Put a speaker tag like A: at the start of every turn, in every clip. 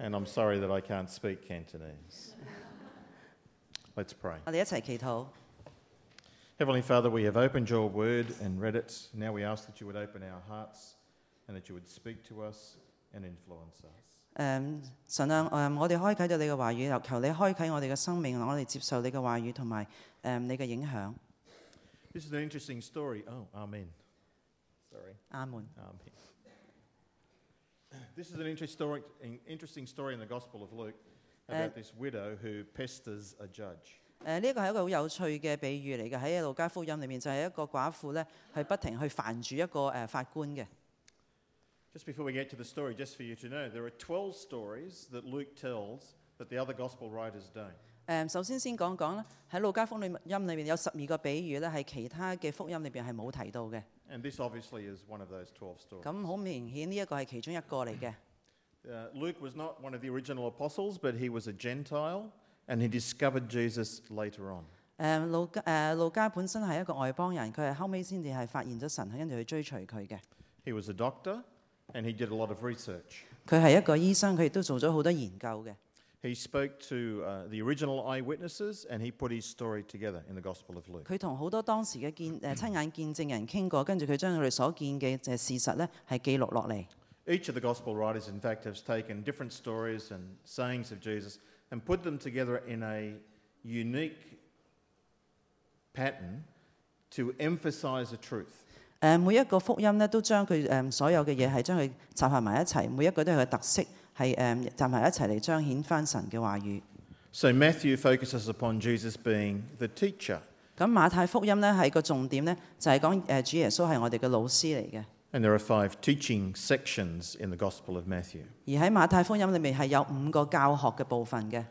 A: and I'm sorry that I can't speak Cantonese. Let's pray.
B: 我哋一齊祈禱。
A: Heavenly Father, we have opened your word and read it. Now we ask that you would open our hearts and that you would speak to us and influence us.
B: 誒、神啊，誒、我哋開啟咗你嘅話語，求求你開啟我哋嘅生命，我哋接受你嘅話語同埋誒你嘅影響。
A: This is an interesting story. Oh, Amen. Sorry.
B: 阿門。
A: Amen. This is an interesting, interesting story in the Gospel of Luke about
B: Uh,
A: this widow who pesters a judge.
B: 誒呢個係一個好有趣嘅比喻嚟嘅，喺路加福音裏面就係一個寡婦咧，係不停去煩住一個誒、法官嘅。
A: Just before we get to the story, just for you to know, there are 12 stories that Luke tells that the other Gospel writers don't.
B: 誒、首先先講講咧，喺路加福音裏面有十二個比喻咧，係其他嘅福音裏邊係冇提到嘅。
A: And this obviously is one of those 12 stories.
B: 咁好明顯呢一個係其中一個嚟嘅。
A: Uh, Luke was not one of the original apostles, but he was a Gentile and he discovered Jesus later on.
B: 誒路加誒路加本身係一個外邦人，佢係後尾先至係發現咗神，跟住去追隨佢嘅。
A: He was a doctor and he did a lot of research.
B: 佢係一個醫生，佢亦都做咗好多研究嘅。
A: He spoke to uh, the original eyewitnesses and he put his story together in the Gospel of Luke.
B: 佢同好多當時嘅見誒親眼見證人傾過，跟住佢將佢哋所見嘅誒事實咧係記錄落嚟。
A: Each of the Gospel writers, in fact, has taken different stories and sayings of Jesus and put them together in a unique pattern to emphasize a truth.
B: 誒呃每一個福音咧都將佢誒所有嘅嘢係將佢集合埋一齊，每一個都有佢嘅特色，係誒集埋一齊嚟彰顯翻神嘅話語。
A: So Matthew focuses upon Jesus being the teacher.
B: 咁馬太福音咧係個重點咧，就係講呃誒主耶穌係我哋嘅老師嚟嘅。
A: And there are five teaching sections in the Gospel of Matthew.
B: 而喺馬太福音裏面係有五個教學嘅部分嘅。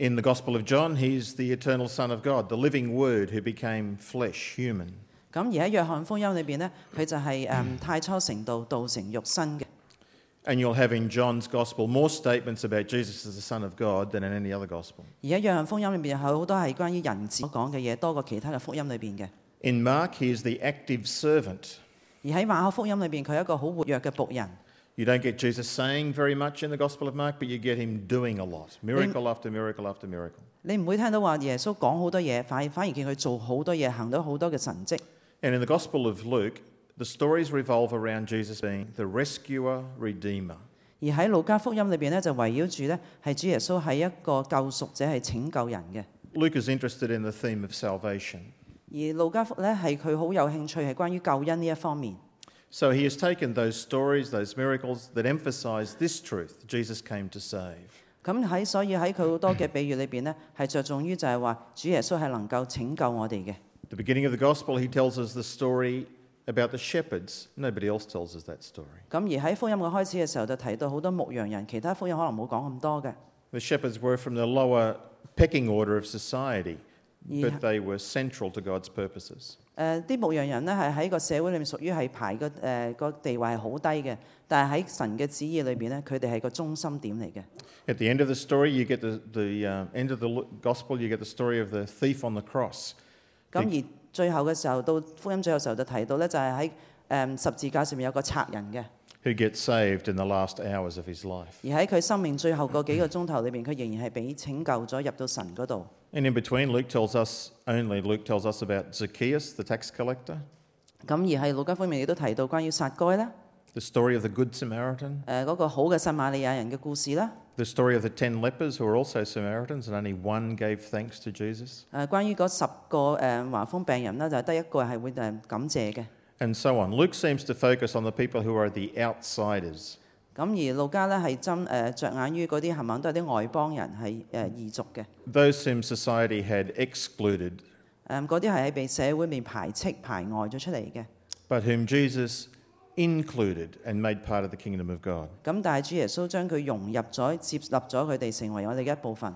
A: In the Gospel of John, he's the eternal Son of God, the living Word who became flesh, human.
B: 咁而喺約翰福音裏邊咧，佢就係、誒太初成道，道成肉身嘅。
A: And you'll have in John's Gospel more statements about Jesus as the Son of God than in any other Gospel.
B: 而喺約翰福音裏邊有好多係關於人子所講嘅嘢，多過其他嘅福音裏邊嘅。
A: In Mark, he is the active servant.
B: 而喺馬可福音裏邊，佢係一個好活躍嘅仆人。
A: You don't get Jesus saying very much in the Gospel of Mark, but you get him doing a lot miracle after miracle after miracle.
B: 你唔會聽到話耶穌講好多嘢，反反而見佢做好多嘢，行到好多嘅神蹟。
A: And in the Gospel of Luke, the stories revolve around Jesus being the rescuer, redeemer.
B: 而喺路加福音裏邊咧，就圍繞住咧係主耶穌係一個救贖者，係拯救人嘅。
A: Luke is interested in the theme of salvation.
B: 而路加福咧係佢好有興趣係關於救恩呢一方面。
A: So he has taken those stories, those miracles that emphasize this truth Jesus came to save.
B: 咁喺所以喺佢好多嘅比喻裏邊咧，係着重於就係話主耶穌係能夠拯救我哋嘅。
A: At the beginning of the gospel, he tells us the story about the shepherds. Nobody else tells us that story.
B: 咁而喺福音嘅開始嘅時候就提到好多牧羊人，其他福音可能冇講咁多嘅。
A: The shepherds were from the lower pecking order of society,
B: Yeah.
A: but they were central to God's purposes.
B: 誒啲牧羊人咧係喺個社會裏面屬於係排個誒個地位係好低嘅，但係喺神嘅旨意裏邊咧，佢哋係個中心點嚟嘅。
A: At the end of the story, you get the, the uh, end of the Lu- gospel, you get the story of the thief on the cross.
B: 咁而最後嘅時候，到福音最後嘅時候就提到咧，就係喺誒十字架上面有個賊人嘅，
A: Who gets saved in the last hours of his life.
B: 而喺佢生命最後嗰幾個鐘頭裏邊，佢仍然係俾拯救咗入到神嗰度。
A: And in between, Luke tells us only Luke tells us about Zacchaeus, the tax collector,
B: 咁而係路加福音亦都提到關於撒該啦，
A: the story of the Good Samaritan,
B: 誒嗰個好嘅撒瑪利亞人嘅故事啦，
A: the story of the ten lepers who were also Samaritans, and only one gave thanks to Jesus,
B: 誒關呃於嗰十個誒華風病人啦，就係得一個係會誒呃感謝嘅。
A: and so on. Luke seems to focus on the people who are the outsiders.
B: 咁而路加咧係針誒呃着眼於嗰啲冚唪唥都係啲外邦人係誒異族嘅，
A: Those whom society had excluded,
B: 誒呃嗰啲係喺被社會面排斥排外咗出嚟嘅。
A: but whom Jesus included and made part of the kingdom of God.
B: 咁但係主耶穌將佢融入咗、接納咗佢哋成為我哋嘅一部分。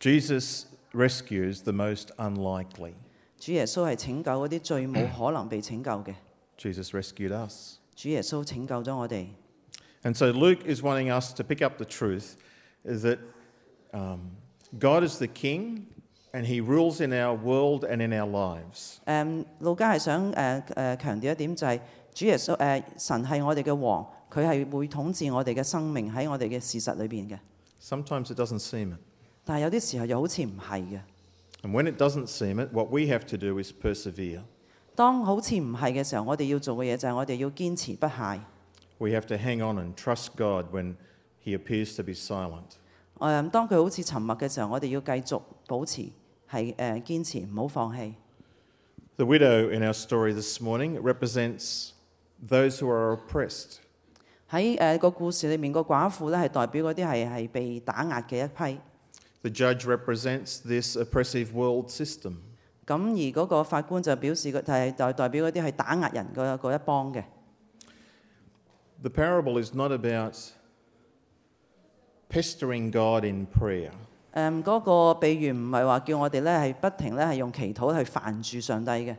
A: Jesus rescues the most unlikely.
B: 主耶穌係拯救嗰啲最冇可能被拯救嘅。
A: Jesus rescued us.
B: 主耶穌拯救咗我哋。
A: And so Luke is wanting us to pick up the truth that um, God is the king and he rules in our world and in our lives.
B: 誒路嗯加係想誒誒強調一點就係主耶呃穌誒神係我哋嘅王，佢係會統治我哋嘅生命喺我哋嘅事實裏邊嘅。
A: Sometimes it doesn't seem it.
B: 但係有啲時候又好似唔係嘅。
A: And when it doesn't seem it, what we have to do is persevere.
B: 當好似唔係嘅時候，我哋要做嘅嘢就係我哋要堅持不懈。
A: We have to hang on and trust God when He appears to be silent.
B: 誒、嗯，當佢好似沉默嘅時候，我哋要繼續保持係誒、呃、堅持，唔好放棄。
A: The widow in our story this morning represents those who are oppressed.
B: 喺誒個故事裏面，個寡婦咧係代表嗰啲係係被打壓嘅一批。
A: The judge represents this oppressive world system.
B: 咁而嗰個法官就表示佢係代代表嗰啲係打壓人嗰嗰一幫嘅。
A: The parable is not about pestering God in prayer.
B: 嗯誒嗰、個比喻唔係話叫我哋咧係不停咧係用祈禱去煩住上帝嘅。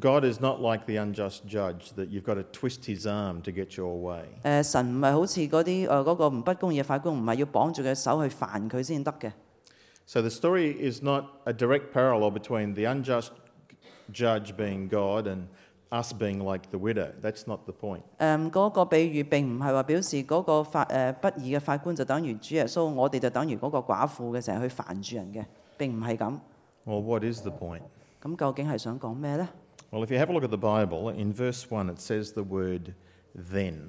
A: God is not like the unjust judge that you've got to twist his arm to get your way.
B: 誒、呃神唔係好似嗰啲誒呃嗰個唔不公義嘅法官，唔係要綁住佢手去煩佢先得嘅。
A: So the story is not a direct parallel between the unjust judge being God and us being like the widow. That's not the point.
B: 嗯誒嗰、個比喻並唔係話表示嗰個法誒、呃不義嘅法官就等於主耶穌，我哋就等於嗰個寡婦嘅成日去煩住人嘅，並唔係咁。
A: Well, what is the point?
B: 咁究竟係想講咩呢？
A: Well, if you have a look at the Bible, in verse 1 it says the word then.
B: 誒、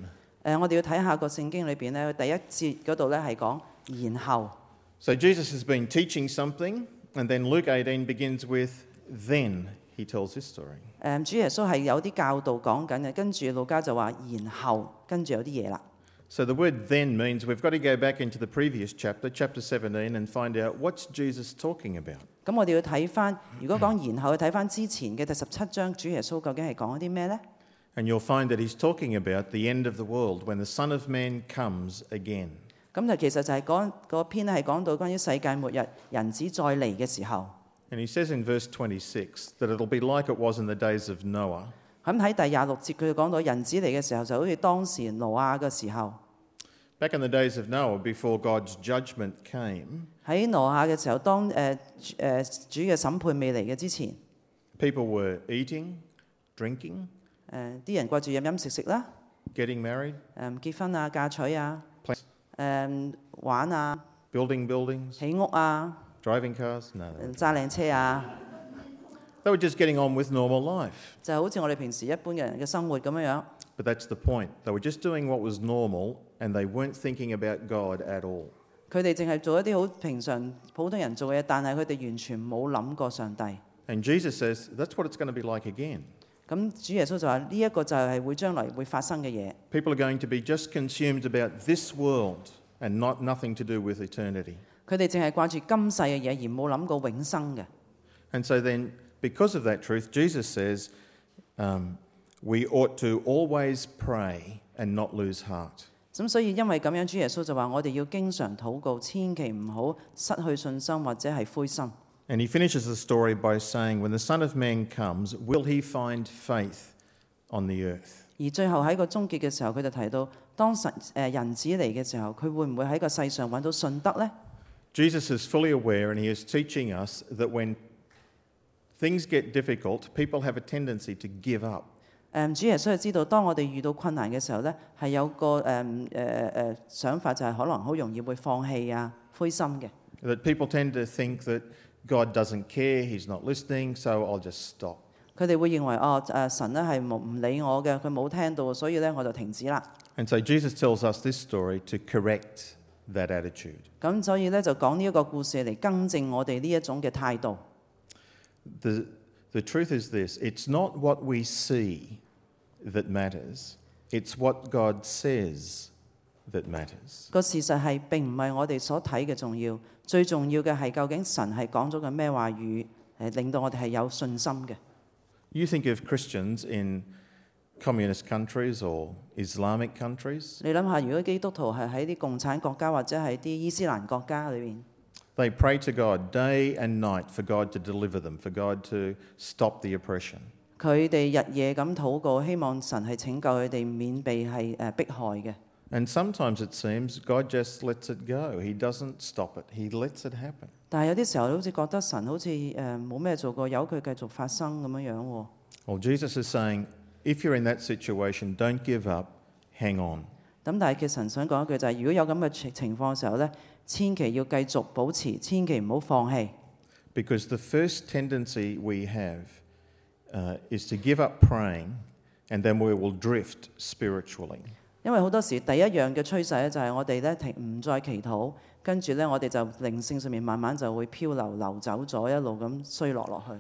B: 呃我哋要睇下個聖經裏邊咧，第一節嗰度咧係講然後。
A: So Jesus has been teaching something, and then Luke 18 begins with then he tells his story.
B: 誒、主耶穌係有啲教導講緊嘅，跟住路加就話然後跟住有啲嘢啦。
A: So the word then means we've got to go back into the previous chapter, chapter 17, and find out what's Jesus talking about.
B: 咁我哋要睇翻，如果講然後，要睇翻之前嘅第十七章，主耶穌究竟係講啲咩呢？
A: And you'll find that he's talking about the end of the world when the Son of Man comes again.
B: 咁就其實就係講嗰篇係講到關於世界末日人子再嚟嘅時候。
A: And he says in verse 26 that it'll be like it was in the days of Noah.
B: 咁喺第廿六節佢就講到人子嚟嘅時候，就好似當時挪亞嘅時候，
A: Back in the days of Noah, before God's judgment came,
B: 喺挪亞嘅時候，當誒誒、呃主嘅審判未嚟嘅之前，誒、
A: people were eating, drinking,
B: 啲人掛住飲飲食食啦，
A: getting married,
B: 誒、結婚啊、嫁娶啊，
A: Plan-
B: 誒、玩啊、
A: building buildings,
B: 起屋啊、
A: driving cars. No, they
B: 誒
A: weren't.
B: 揸靚車啊，
A: they were just getting on with normal life.
B: 就好似我哋平時一般嘅人嘅生活咁樣樣。
A: But that's the point. They were just doing what was normal and they weren't thinking about God at all.
B: 佢哋淨係做一啲好平常普通人做嘅嘢，但係佢哋完全冇諗過上帝。
A: And Jesus says that's what it's going to be like again.
B: 咁主耶穌就話：呢、一個就係會將來會發生嘅嘢。
A: People are going to be just consumed about this world and not nothing to do with eternity.
B: 佢哋淨係掛住今世嘅嘢，而冇諗過永生嘅。
A: And so then, because of that truth, Jesus says um, we ought to always pray and not lose heart.
B: 咁所以因為咁樣，主耶穌就話：我哋要經常禱告，千祈唔好失去信心或者係灰心。
A: And he finishes the story by saying, When the Son of Man comes, will he find faith on the earth?
B: 而最後喺個終結嘅時候，佢就提到，當神誒、呃人子嚟嘅時候，佢會唔會喺個世上揾到信德呢？
A: Jesus is fully aware and he is teaching us that when things get difficult, people have a tendency to give up.
B: 誒、主耶穌係知道，當我哋遇到困難嘅時候呢，係有個誒誒誒想法，就係可能好容易會放棄啊、灰心嘅。
A: That people tend to think that God doesn't care, he's not listening, so I'll just stop.
B: 佢哋會認為哦誒、神呢係冇唔理我嘅，佢冇聽到，所以呢，我就停止啦。
A: And so Jesus tells us this story to correct that attitude.
B: 咁所以咧就講呢一個故事嚟更正我哋呢一種嘅態度。
A: The, the truth is this it's not what we see that matters, it's what God says that matters.
B: 個事實係並唔係我哋所睇嘅重要，最重要嘅係究竟神係講咗嘅咩話語，誒令到我哋係有信心嘅。
A: You think of Christians in communist countries or Islamic countries,
B: 你諗下，如果基督徒係喺啲共產國家或者係啲伊斯蘭國家裏邊，
A: they pray to God day and night for God to deliver them, for God to stop the oppression.
B: 佢哋日夜咁禱告，希望神係拯救佢哋免被係誒迫害嘅。
A: And sometimes it seems God just lets it go. He doesn't stop it, He lets it happen.
B: 但係有啲時候好似覺得神好似誒冇咩做過，由佢繼續發生咁樣樣喎。
A: Well, Jesus is saying if you're in that situation, don't give up, hang on.
B: 咁但係其實神想講一句就係、如果有咁嘅情情況嘅時候咧，千祈要繼續保持，千祈唔好放棄。
A: Because the first tendency we have uh, is to give up praying and then we will drift spiritually.
B: 因為好多時第一樣嘅趨勢咧，就係我哋咧停唔再祈禱，跟住咧我哋就靈性上面慢慢就會漂流流走咗，一路咁衰落落去。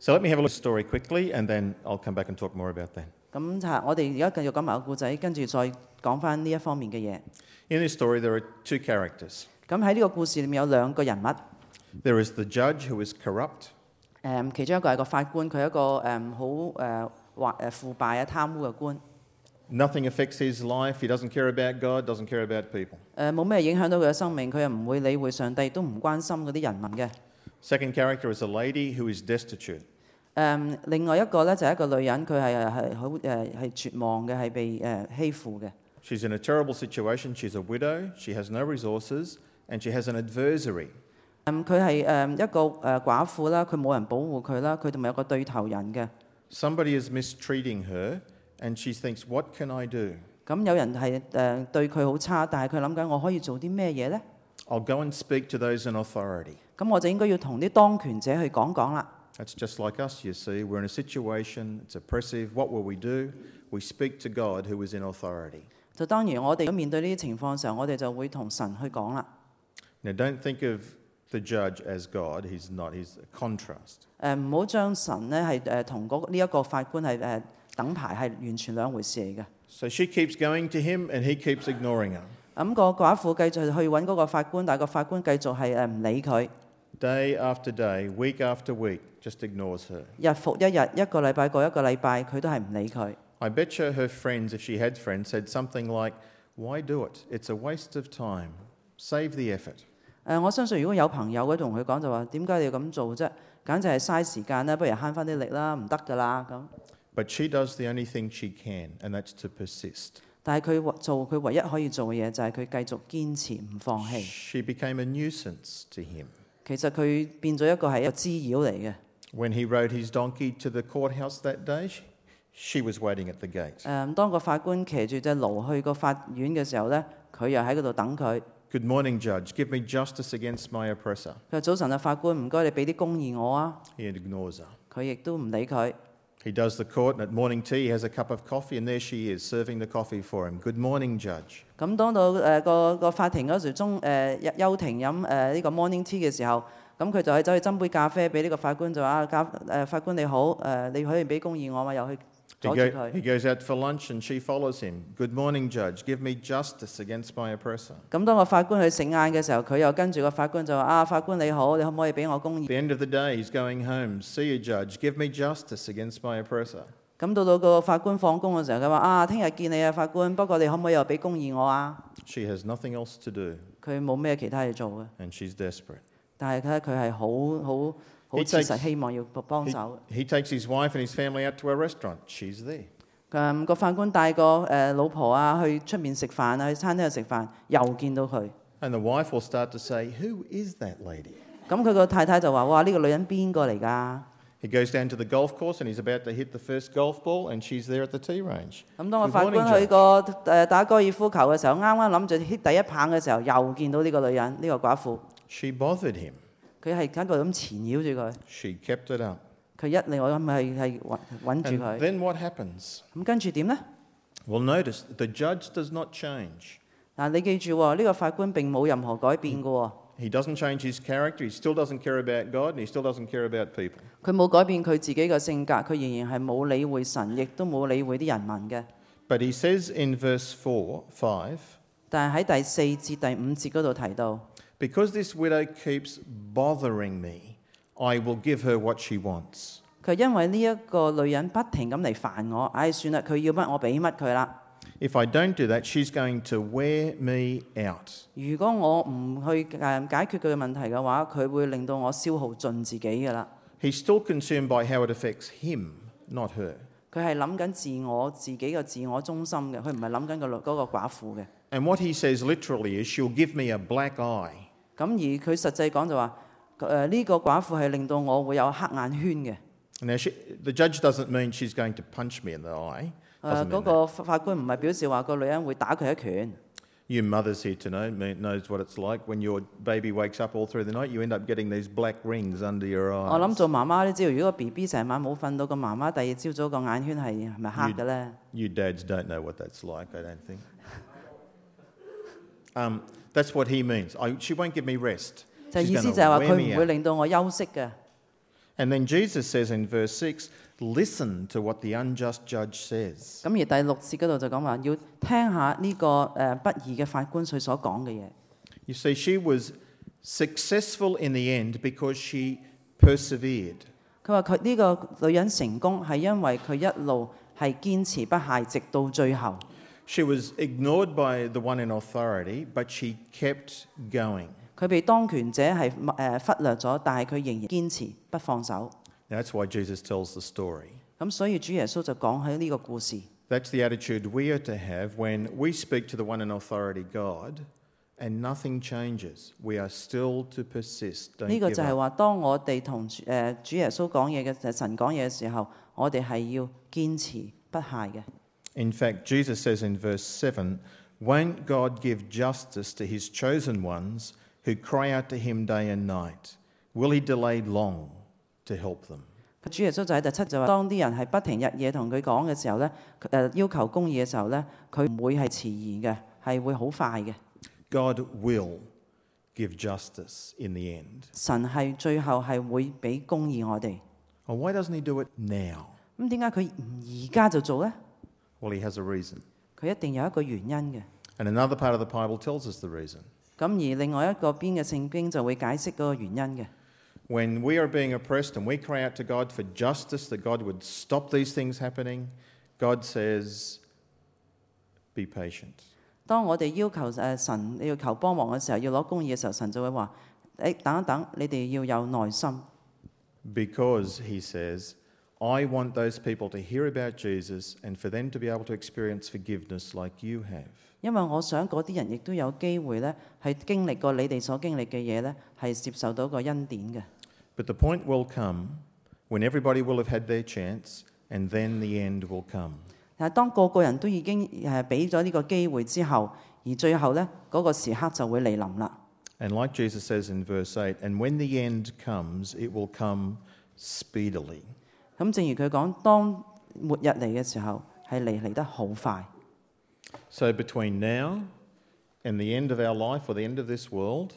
A: So let me have a look at the story quickly and then I'll come back and talk more about that.
B: 咁就係我哋而家繼續講埋個故仔，跟住再講翻呢一方面嘅嘢。
A: In this story, there are two characters
B: 咁喺呢個故事裏面有兩個人物，誒、
A: there is the judge who is corrupt,
B: 其中一個係個法官，佢係一個誒好誒或誒腐敗啊貪污嘅官，誒、
A: nothing affects his life, he doesn't care about God, doesn't care about people.
B: 冇咩影響到佢嘅生命，佢又唔會理會上帝，亦都唔關心嗰啲人民嘅。誒、
A: Second character is a lady who is destitute.
B: 另外一個咧就係、一個女人，佢係係好誒係絕望嘅，係被誒、欺負嘅。
A: She's in a terrible situation, she's a widow, she has no resources, and she has an adversary.
B: 嗯，佢係誒一個誒寡婦啦，佢冇人保護佢啦，佢同埋有個對頭人嘅。
A: Somebody is mistreating her, and she thinks, What can I do?
B: 咁有人係誒、對佢好差，但係佢諗緊我可以做啲咩嘢呢？
A: I'll go and speak to those in authority.
B: 咁我就應該要同啲當權者去講講啦。
A: That's just like us, you see. We're in a situation, it's oppressive. What will we do? We speak to God who is in authority.
B: 就當然我哋如果面對呢啲情況嘅時候，我哋就會同神去講啦。
A: Now, don't think of the judge as God. He's not, he's a contrast.
B: 誒呃唔好將神呢係誒同嗰呢一個法官係誒、呃等牌係完全兩回事嚟嘅。
A: So she keeps going to him, and he keeps ignoring her.
B: 咁、個寡婦繼續去揾嗰個法官，但係個法官繼續係誒唔理佢，
A: Day after day, week after week, just ignores her.
B: 日復一日，一個禮拜過一個禮拜，佢都係唔理佢。
A: I bet you her friends, if she had friends, said something like, Why do it? It's a waste of time. Save the effort.
B: 誒、呃我相信如果有朋友咧同佢講就話，點解你要咁做啫？簡直係嘥時間啦，不如慳翻啲力啦，唔得㗎啦咁。
A: But she does the only thing she can, and that's to persist.
B: 但係佢做佢唯一可以做嘅嘢就係佢繼續堅持唔放棄。
A: She became a nuisance to him.
B: 其實佢變咗一個係一個滋擾嚟嘅。誒、
A: When he rode his donkey to the courthouse that day, she, she was waiting at the gate.
B: 當個法官騎住只驢去個法院嘅時候咧，佢又喺嗰度等佢。
A: Good morning, Judge. Give me justice against my oppressor.
B: 佢話：早晨啊，法官，唔該你俾啲公義我啊。
A: He ignores her.
B: 佢亦都唔理佢。
A: He does the court, and at morning tea, he has a cup of coffee, and there she is serving the coffee for him. Good morning, Judge.
B: 咁當到誒、個個法庭嗰時中誒、休休庭飲誒呢個 morning tea 嘅時候，咁佢就去走去斟杯咖啡俾呢個法官就話啊咖誒、法官你好誒、你可以俾公義我嘛？又去
A: He,
B: 阻止
A: go-
B: 佢。
A: he goes out for lunch, and she follows him. Good morning, Judge. Give me justice against my oppressor.
B: 咁當個法官去食晏嘅時候，佢又跟住個法官就話啊法官你好，你可唔可以俾我公
A: At
B: 義？
A: the end of the day, he's going home. See you, Judge. Give me justice against my oppressor.
B: 咁到到個法官放工嘅時候，佢話啊聽日見你啊法官，不過你可唔可以又俾公義我啊？
A: She has nothing else to do,
B: 佢冇咩其他嘢做嘅，
A: and she's desperate.
B: 但係佢佢係好好好
A: He
B: 切
A: takes-
B: 實希望要幫
A: He,
B: 手。
A: he takes his wife and his family out to a restaurant. She's there.
B: 咁個法官帶個誒、老婆啊去出面食飯啊，去餐廳度食飯，又見到佢。
A: And the wife will start to say, Who is that lady?
B: 咁佢個太太就話：哇！呢、個女人邊個嚟㗎？
A: He goes down to the golf course and he's about to hit the first golf ball, and she's there at the tee range.
B: 咁當個
A: Good
B: 法
A: morning,
B: 官
A: Judge.
B: 去個誒、打高爾夫球嘅時候，啱啱諗住 hit 第一棒嘅時候，又見到呢個女人，呢、個寡婦，
A: She bothered him.
B: 佢係喺度咁纏繞住佢，
A: She kept it up.
B: 佢一另外咁係係揾揾住
A: And
B: 佢。
A: then what happens?
B: 咁跟住點呢？
A: Well, notice the judge does not change.
B: 嗱，你記住喎，呢、個法官並冇任何改變嘅喎，
A: He doesn't change his character. He still doesn't care about God and he still doesn't care about people.
B: 佢冇改變佢自己嘅性格，佢仍然係冇理會神，亦都冇理會啲人民嘅。
A: But he says in verse 4, 5,
B: 但係喺第四節、第五節嗰度提到，
A: Because this widow keeps bothering me, I will give her what she wants.
B: 佢因為呢一個女人不停咁嚟煩我，唉、算啦，佢要乜我俾乜佢啦。
A: If I don't do that, she's going to wear me out.
B: 如果我唔去誒解決佢嘅問題嘅話，佢會令到我消耗盡自己嘅啦。
A: He's still consumed by how it affects him, not her.
B: 佢係諗緊自我自己嘅自我中心嘅，佢唔係諗緊個女嗰個寡婦嘅。
A: And what he says literally is, She'll give me a black eye.
B: 咁而佢實際講就話誒呢個寡婦係令到我會有黑眼圈嘅。
A: Now, she, the judge doesn't mean she's going to punch me in the eye.
B: 呃
A: ，doesn't
B: 嗰
A: mean
B: 個法法官唔係表示話個女人會打佢一拳。
A: You mothers here tonight know, knows what it's like when your baby wakes up all through the night. You end up getting these black rings under your
B: 我諗
A: eyes.
B: 做媽媽都知道，如果個 B B 成晚冇瞓到，個媽媽第二朝早個眼圈係係咪黑嘅咧？
A: You dads don't know what that's like. I don't think. Um, that's what he means. I, she won't give me rest.
B: 就
A: She's going
B: 意思
A: to
B: 就係話
A: wear
B: 佢
A: me
B: 唔會
A: out.
B: 令到我休息嘅。
A: And then Jesus says in verse six, "Listen to what the unjust judge says."
B: 咁而第六節嗰度就講話要聽下呢、個誒、呃不義嘅法官佢所講嘅嘢。
A: You see, she was successful in the end because she persevered.
B: 佢話佢呢個女人成功係因為佢一路係堅持不懈，直到最後。
A: She was ignored by the one in authority, but she kept going.
B: 佢被當權者係誒、呃忽略咗，但係佢仍然堅持不放手。
A: Now, that's why Jesus tells the story.
B: 咁所以主耶穌就講喺呢個故事，
A: That's the attitude we are to have when we speak to the one in authority, God, and nothing changes. We are still to persist. Don't
B: 呢個
A: give
B: 就係
A: up.
B: 話，當我哋同誒、呃主耶穌講嘢嘅呃神講嘢嘅時候，我哋係要堅持不懈嘅。
A: In fact, Jesus says in verse 7 Won't God give justice to his chosen ones who cry out to him day and night? Will he delay long to help them?
B: 主耶穌就喺第七就話，當啲人係不停日夜同佢講嘅時候咧，誒、呃要求公義嘅時候咧，佢唔會係遲疑嘅，係會好快嘅。
A: God will give justice in the end.
B: 神係最後係會俾公義我哋。
A: Well, why doesn't he do it now?
B: 咁點解佢唔而家就做呢？
A: Well, he has a reason.
B: 佢一定有一個原因嘅。
A: And another part of the Bible tells us the reason.
B: 咁而另外一個邊嘅聖經就會解釋嗰個原因嘅。
A: When we are being oppressed and we cry out to God for justice, that God would stop these things happening, God says, Be patient.
B: 當我哋要求誒神你要求幫忙嘅時候，要攞公義嘅時候，神就會話：誒、等一等，你哋要有耐心，
A: Because, he says, I want those people to hear about Jesus and for them to be able to experience forgiveness like you have.
B: 因為我想嗰啲人亦都有機會咧，係經歷過你哋所經歷嘅嘢咧，係接受到個恩典嘅。
A: But the point will come when everybody will have had their chance and then the end will come.
B: 但係當個個人都已經誒俾咗呢個機會之後，而最後咧嗰、個時刻就會嚟臨啦。
A: And like Jesus says in verse 8, and when the end comes, it will come speedily.
B: 咁正如佢講，當末日嚟嘅時候，係嚟嚟得好快。
A: So between now and the end of our life or the end of this world,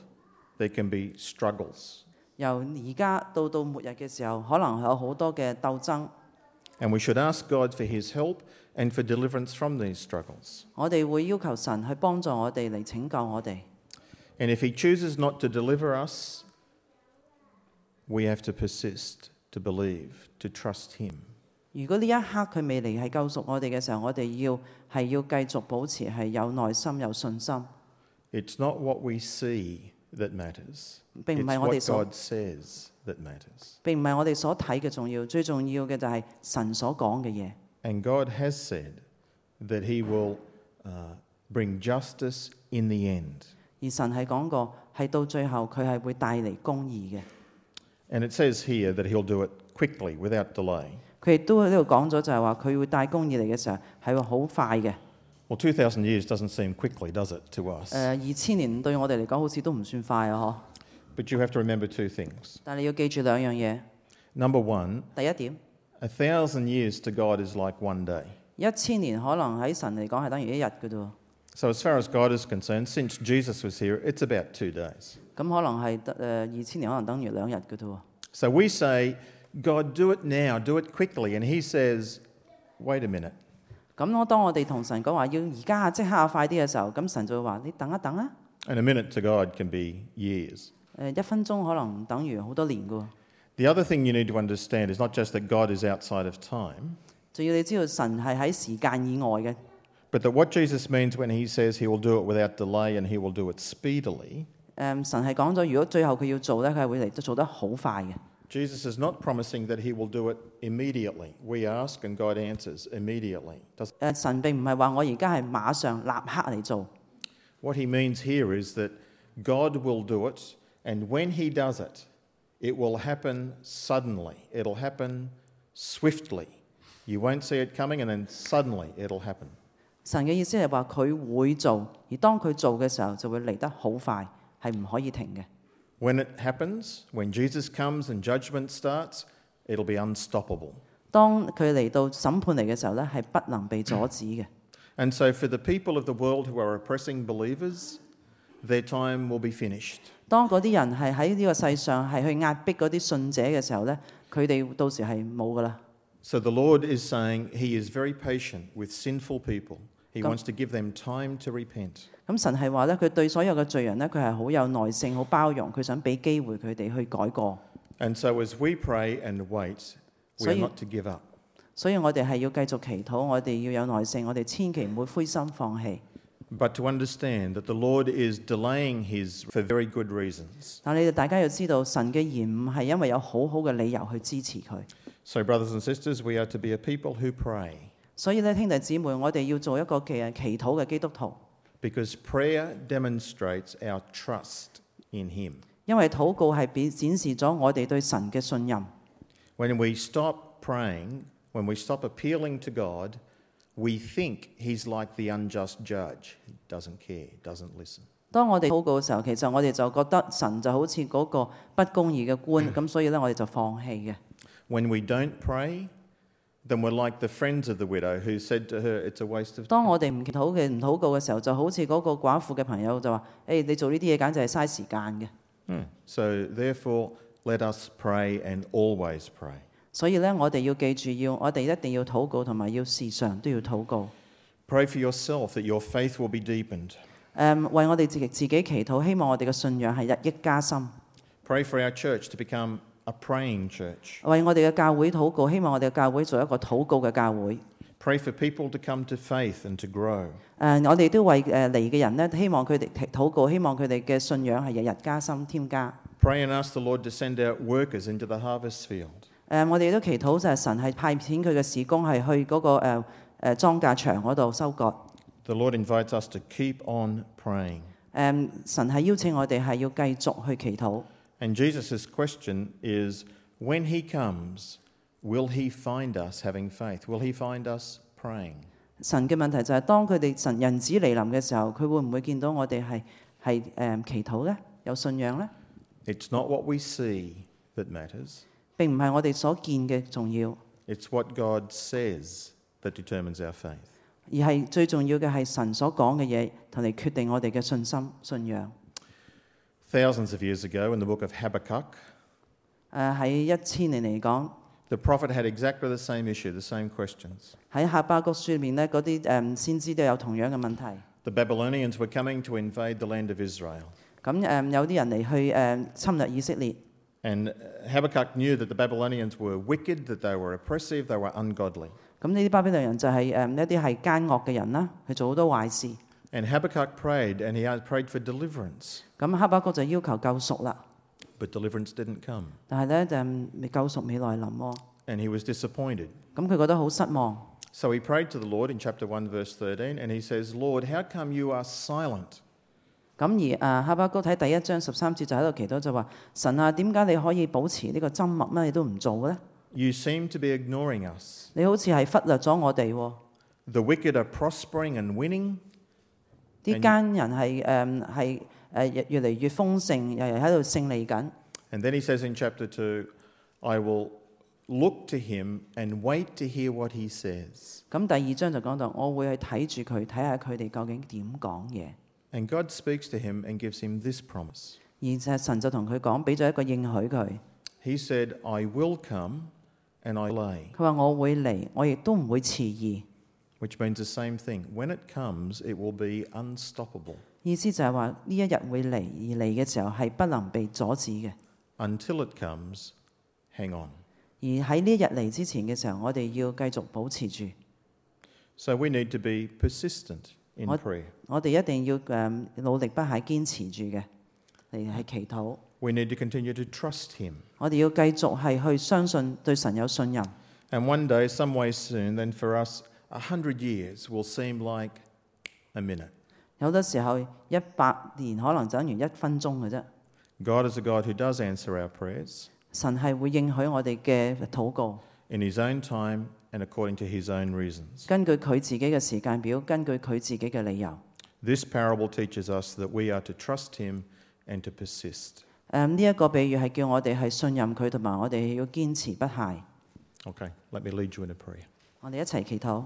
A: there can be struggles.
B: 由而家到到末日嘅時候，可能有好多嘅鬥爭，
A: And we should ask God for his help and for deliverance from these struggles.
B: 我哋會要求神去幫助我哋嚟拯救我哋。
A: And if he chooses not to deliver us, we have to persist, to believe, to trust him.
B: 如果呢一刻佢未嚟係救贖我哋嘅時候，我哋要係要繼續保持係有耐心、有信心，
A: It's not what we see that matters,
B: 並唔
A: it's
B: 係我哋
A: what
B: 所
A: God says that matters.
B: 並唔係我哋所睇嘅重要，最重要嘅就係神所講嘅嘢。
A: And God has said that He will uh, bring justice in the end.
B: 而神係講過，係到最後佢係會帶嚟公義嘅。
A: And it says here that He'll do it quickly, without delay.
B: 佢亦都喺呢度講咗，就係話佢會帶公義嚟嘅時候係會好快嘅。誒、
A: Well, 2,000 years doesn't seem quickly, does it, to us?
B: 二千年對我哋嚟講好似都唔算快啊！嗬。
A: but you have to remember two things.
B: 但你要記住兩樣嘢。
A: Number one,
B: 第一點，
A: a thousand years to God is like one day.
B: 一千年可能喺神嚟講係等於一日嘅啫喎。
A: So, as far as God is concerned, since Jesus was here, it's about two days.
B: 咁可能係得呃誒二千年，可能等於兩日嘅啫喎。
A: So, we say, God, do it now, do it quickly. And He says, wait a minute.
B: 咁我當我哋同神講話要而家啊即刻啊快啲嘅時候，咁神就會話：你等一等啊！
A: And a minute to God can be years.
B: 誒一分鐘可能唔等於好多年嘅喎。
A: The other thing you need to understand is not just that God is outside of time,
B: 仲要你知道神係喺時間以外嘅，
A: but that what Jesus means when he says he will do it without delay and he will do it speedily,
B: 誒呃神係講咗，如果最後佢要做咧，佢係會嚟做得好快嘅。
A: Jesus is not promising that he will do it immediately. We ask and God answers immediately. Does-
B: 誒呃神並唔係話我而家係馬上立刻嚟做，
A: What he means here is that God will do it, and when he does it, it will happen suddenly, it'll happen swiftly, You won't see it coming, and then suddenly it'll happen.
B: 神嘅意思係話佢會做，而當佢做嘅時候就會嚟得好快，係唔可以停嘅。
A: When it happens, when Jesus comes and judgment starts, it'll be unstoppable.
B: 當佢嚟到審判嚟嘅時候呢，係不能被阻止嘅。
A: And so, for the people of the world who are oppressing believers, their time will be finished.
B: 當嗰啲人係喺呢個世上係去壓迫嗰啲信者嘅時候呢，佢哋到時係冇噶啦。
A: So, the Lord is saying He is very patient with sinful people. He
B: Come.
A: wants to give them time to repent.
B: 咁神係話呢，佢對所有嘅罪人呢，佢係好有耐性、好包容，佢想俾機會佢哋去改過。
A: And so, as we pray and wait, we
B: So
A: are
B: you-
A: not to give up.
B: 所以我哋係要繼續祈禱，我哋要有耐性，我哋千祈唔會灰心放棄。
A: but to understand that the Lord is delaying his for very good reasons.
B: 但你哋大家要知道，神嘅言唔係因為有好好嘅理由去支持佢。
A: So, brothers and sisters, we are to be a people who pray
B: 所以咧，兄弟姊妹，我哋要做一個嘅祈禱嘅基督徒，
A: because prayer demonstrates our trust in him.
B: 因為禱告係表展示咗我哋對神嘅信任。
A: When we stop praying, when we stop appealing to God, we think he's like the unjust judge. He doesn't care, doesn't listen.
B: 當我哋禱告嘅時候，其實我哋就覺得神就好似嗰個不公義嘅官，咁所以咧我哋就放棄嘅。
A: When we don't pray, then we're like the friends of the widow who said to her, It's a waste of
B: 當我哋唔祈禱嘅唔禱告嘅時候，就好似嗰個寡婦嘅朋友就話：，誒、你做呢啲嘢簡直係嘥時間嘅。
A: So, therefore, let us pray and always pray.
B: 所以咧，我哋要記住要，我哋一定要禱告，同埋要時常都要禱告。
A: Pray for yourself that your faith will be deepened.
B: 誒、為嗯我哋自己自己祈禱，希望我哋嘅信仰係日益加深。
A: Pray for our church to become a praying church.
B: 為我哋嘅教會禱告，希望我哋嘅教會做一個禱告嘅教會。誒、
A: Pray for people to come to faith and to grow.
B: 呃我哋都為誒嚟嘅人呢，希望佢哋提禱告，希望佢哋嘅信仰係日日加深添加。
A: Pray and ask the Lord to send out workers into the harvest field.
B: 誒、呃我哋都祈禱就係神係派遣佢嘅事工係去嗰、個誒、誒莊稼場嗰度收割。誒、
A: The Lord invites us to keep on praying.
B: 呃神係邀請我哋係要繼續去祈禱。
A: And Jesus' question is when he comes, will he find us having faith? Will he find us praying?
B: 神嘅問題就係當佢哋神人子嚟臨嘅時候，佢會唔會見到我哋係係誒祈禱呢？有信仰呢？
A: It's not what we see that matters,
B: 並唔係我哋所見嘅重要，
A: it's what God says that determines our faith.
B: 而係最重要嘅係神所講嘅嘢，同嚟決定我哋嘅信心、信仰。
A: Thousands of years ago, in the book of Habakkuk,
B: 誒呃喺一千年嚟講，
A: the prophet had exactly the same issue, the same questions.
B: 喺哈巴谷書面呢，嗰啲誒先知都有同樣嘅問題。
A: The Babylonians were coming to invade the land of Israel,
B: 咁誒、有啲人嚟去誒、嗯侵略以色列，
A: and Habakkuk knew that the Babylonians were wicked, that they were oppressive, they were ungodly.
B: 咁呢啲巴比倫人就係、誒、一啲係奸惡嘅人啦，佢做好多壞事。
A: And Habakkuk prayed, and he asked- prayed for deliverance,
B: 咁哈巴谷就要求救贖啦，
A: but deliverance didn't come,
B: 但係咧就誒未救贖未來臨喎，
A: and he was disappointed.
B: 咁佢覺得好失望。
A: So he prayed to the Lord in chapter 1, verse 13, and he says, Lord, how come you are silent?
B: 咁而誒、哈巴谷睇第一章十三節就喺度祈禱就話：神啊，點解你可以保持呢個沉默咧？你都唔做咧？
A: You seem to be ignoring us.
B: 你好似係忽略咗我哋喎。
A: The wicked are prospering and winning,
B: 啲奸人係誒係誒越越嚟越豐盛，又係喺度勝利緊。
A: And then he says in chapter 2, I will look to him and wait to hear what he says.
B: 咁第二章就講到，我會去睇住佢，睇下佢哋究竟點講嘢。
A: And God speaks to him and gives him this promise
B: 而就係神就同佢講，俾咗一個應許佢。
A: He said, I will come and I lay,
B: 佢話：我會嚟，我亦都唔會遲疑。
A: which means the same thing. When it comes, it will be unstoppable.
B: 意思就係話呢一日會嚟，而嚟嘅時候係不能被阻止嘅。
A: Until it comes, hang on.
B: 而喺呢一日嚟之前嘅時候，我哋要繼續保持住，
A: So we need to be persistent in
B: What-
A: prayer.
B: 我哋一定要誒、嗯努力不懈堅持住嘅嚟係祈禱。
A: We need to continue to trust him.
B: 我哋要繼續係去相信對神有信任。
A: And one day, some way soon, then for us, a hundred years will seem like a minute.
B: 有得時候一百年可能就等於一分鐘嘅啫。
A: God is a God who does answer our prayers,
B: 神係會應許我哋嘅禱告，
A: in his own time and according to his own reasons.
B: 根據佢自己嘅時間表，根據佢自己嘅理由。誒、
A: This parable teaches us that we are to trust him and to persist.
B: 呢一個比喻係叫我哋係信任佢，同埋我哋要堅持不懈。
A: Okay, let me lead you in a prayer.
B: 我哋一齊祈禱。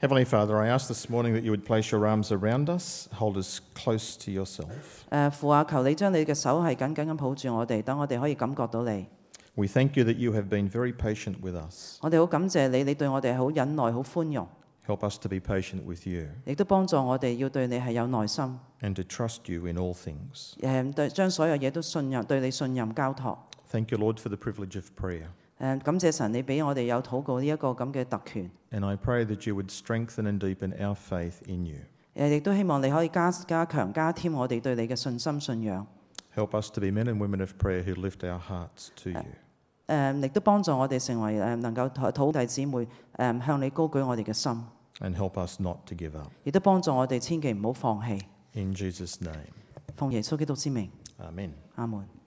A: Heavenly Father, I ask this morning that you would place your arms around us, hold us close to yourself.
B: 誒、父啊，求你將你嘅手係緊緊咁抱住我哋，等我哋可以感覺到你。
A: We thank you that you have been very patient with us.
B: 我哋好感謝你，你對我哋好忍耐、好寬容，
A: Help us to be patient with you
B: 亦都幫助我哋要對你係有耐心。
A: and to trust you in all things.
B: 誒、對將所有嘢都信任，對你信任交託。誒、
A: Thank you, Lord, for the privilege of prayer.
B: 呃感謝神，你俾我哋有禱告呢一個咁嘅特權。
A: And I pray that you would strengthen and deepen our faith in you.
B: 誒，呃亦都希望你可以加加強加添我哋對你嘅信心信仰。
A: Help us to be men and women of prayer who lift our hearts to you.
B: 呃誒，亦都幫助我哋成為誒能夠土弟姊妹誒向你高舉我哋嘅心，
A: And help us not to give up.
B: 亦都幫助我哋千祈唔好放棄。
A: In Jesus' name,
B: 奉耶穌基督之名，
A: Amen.
B: 阿門。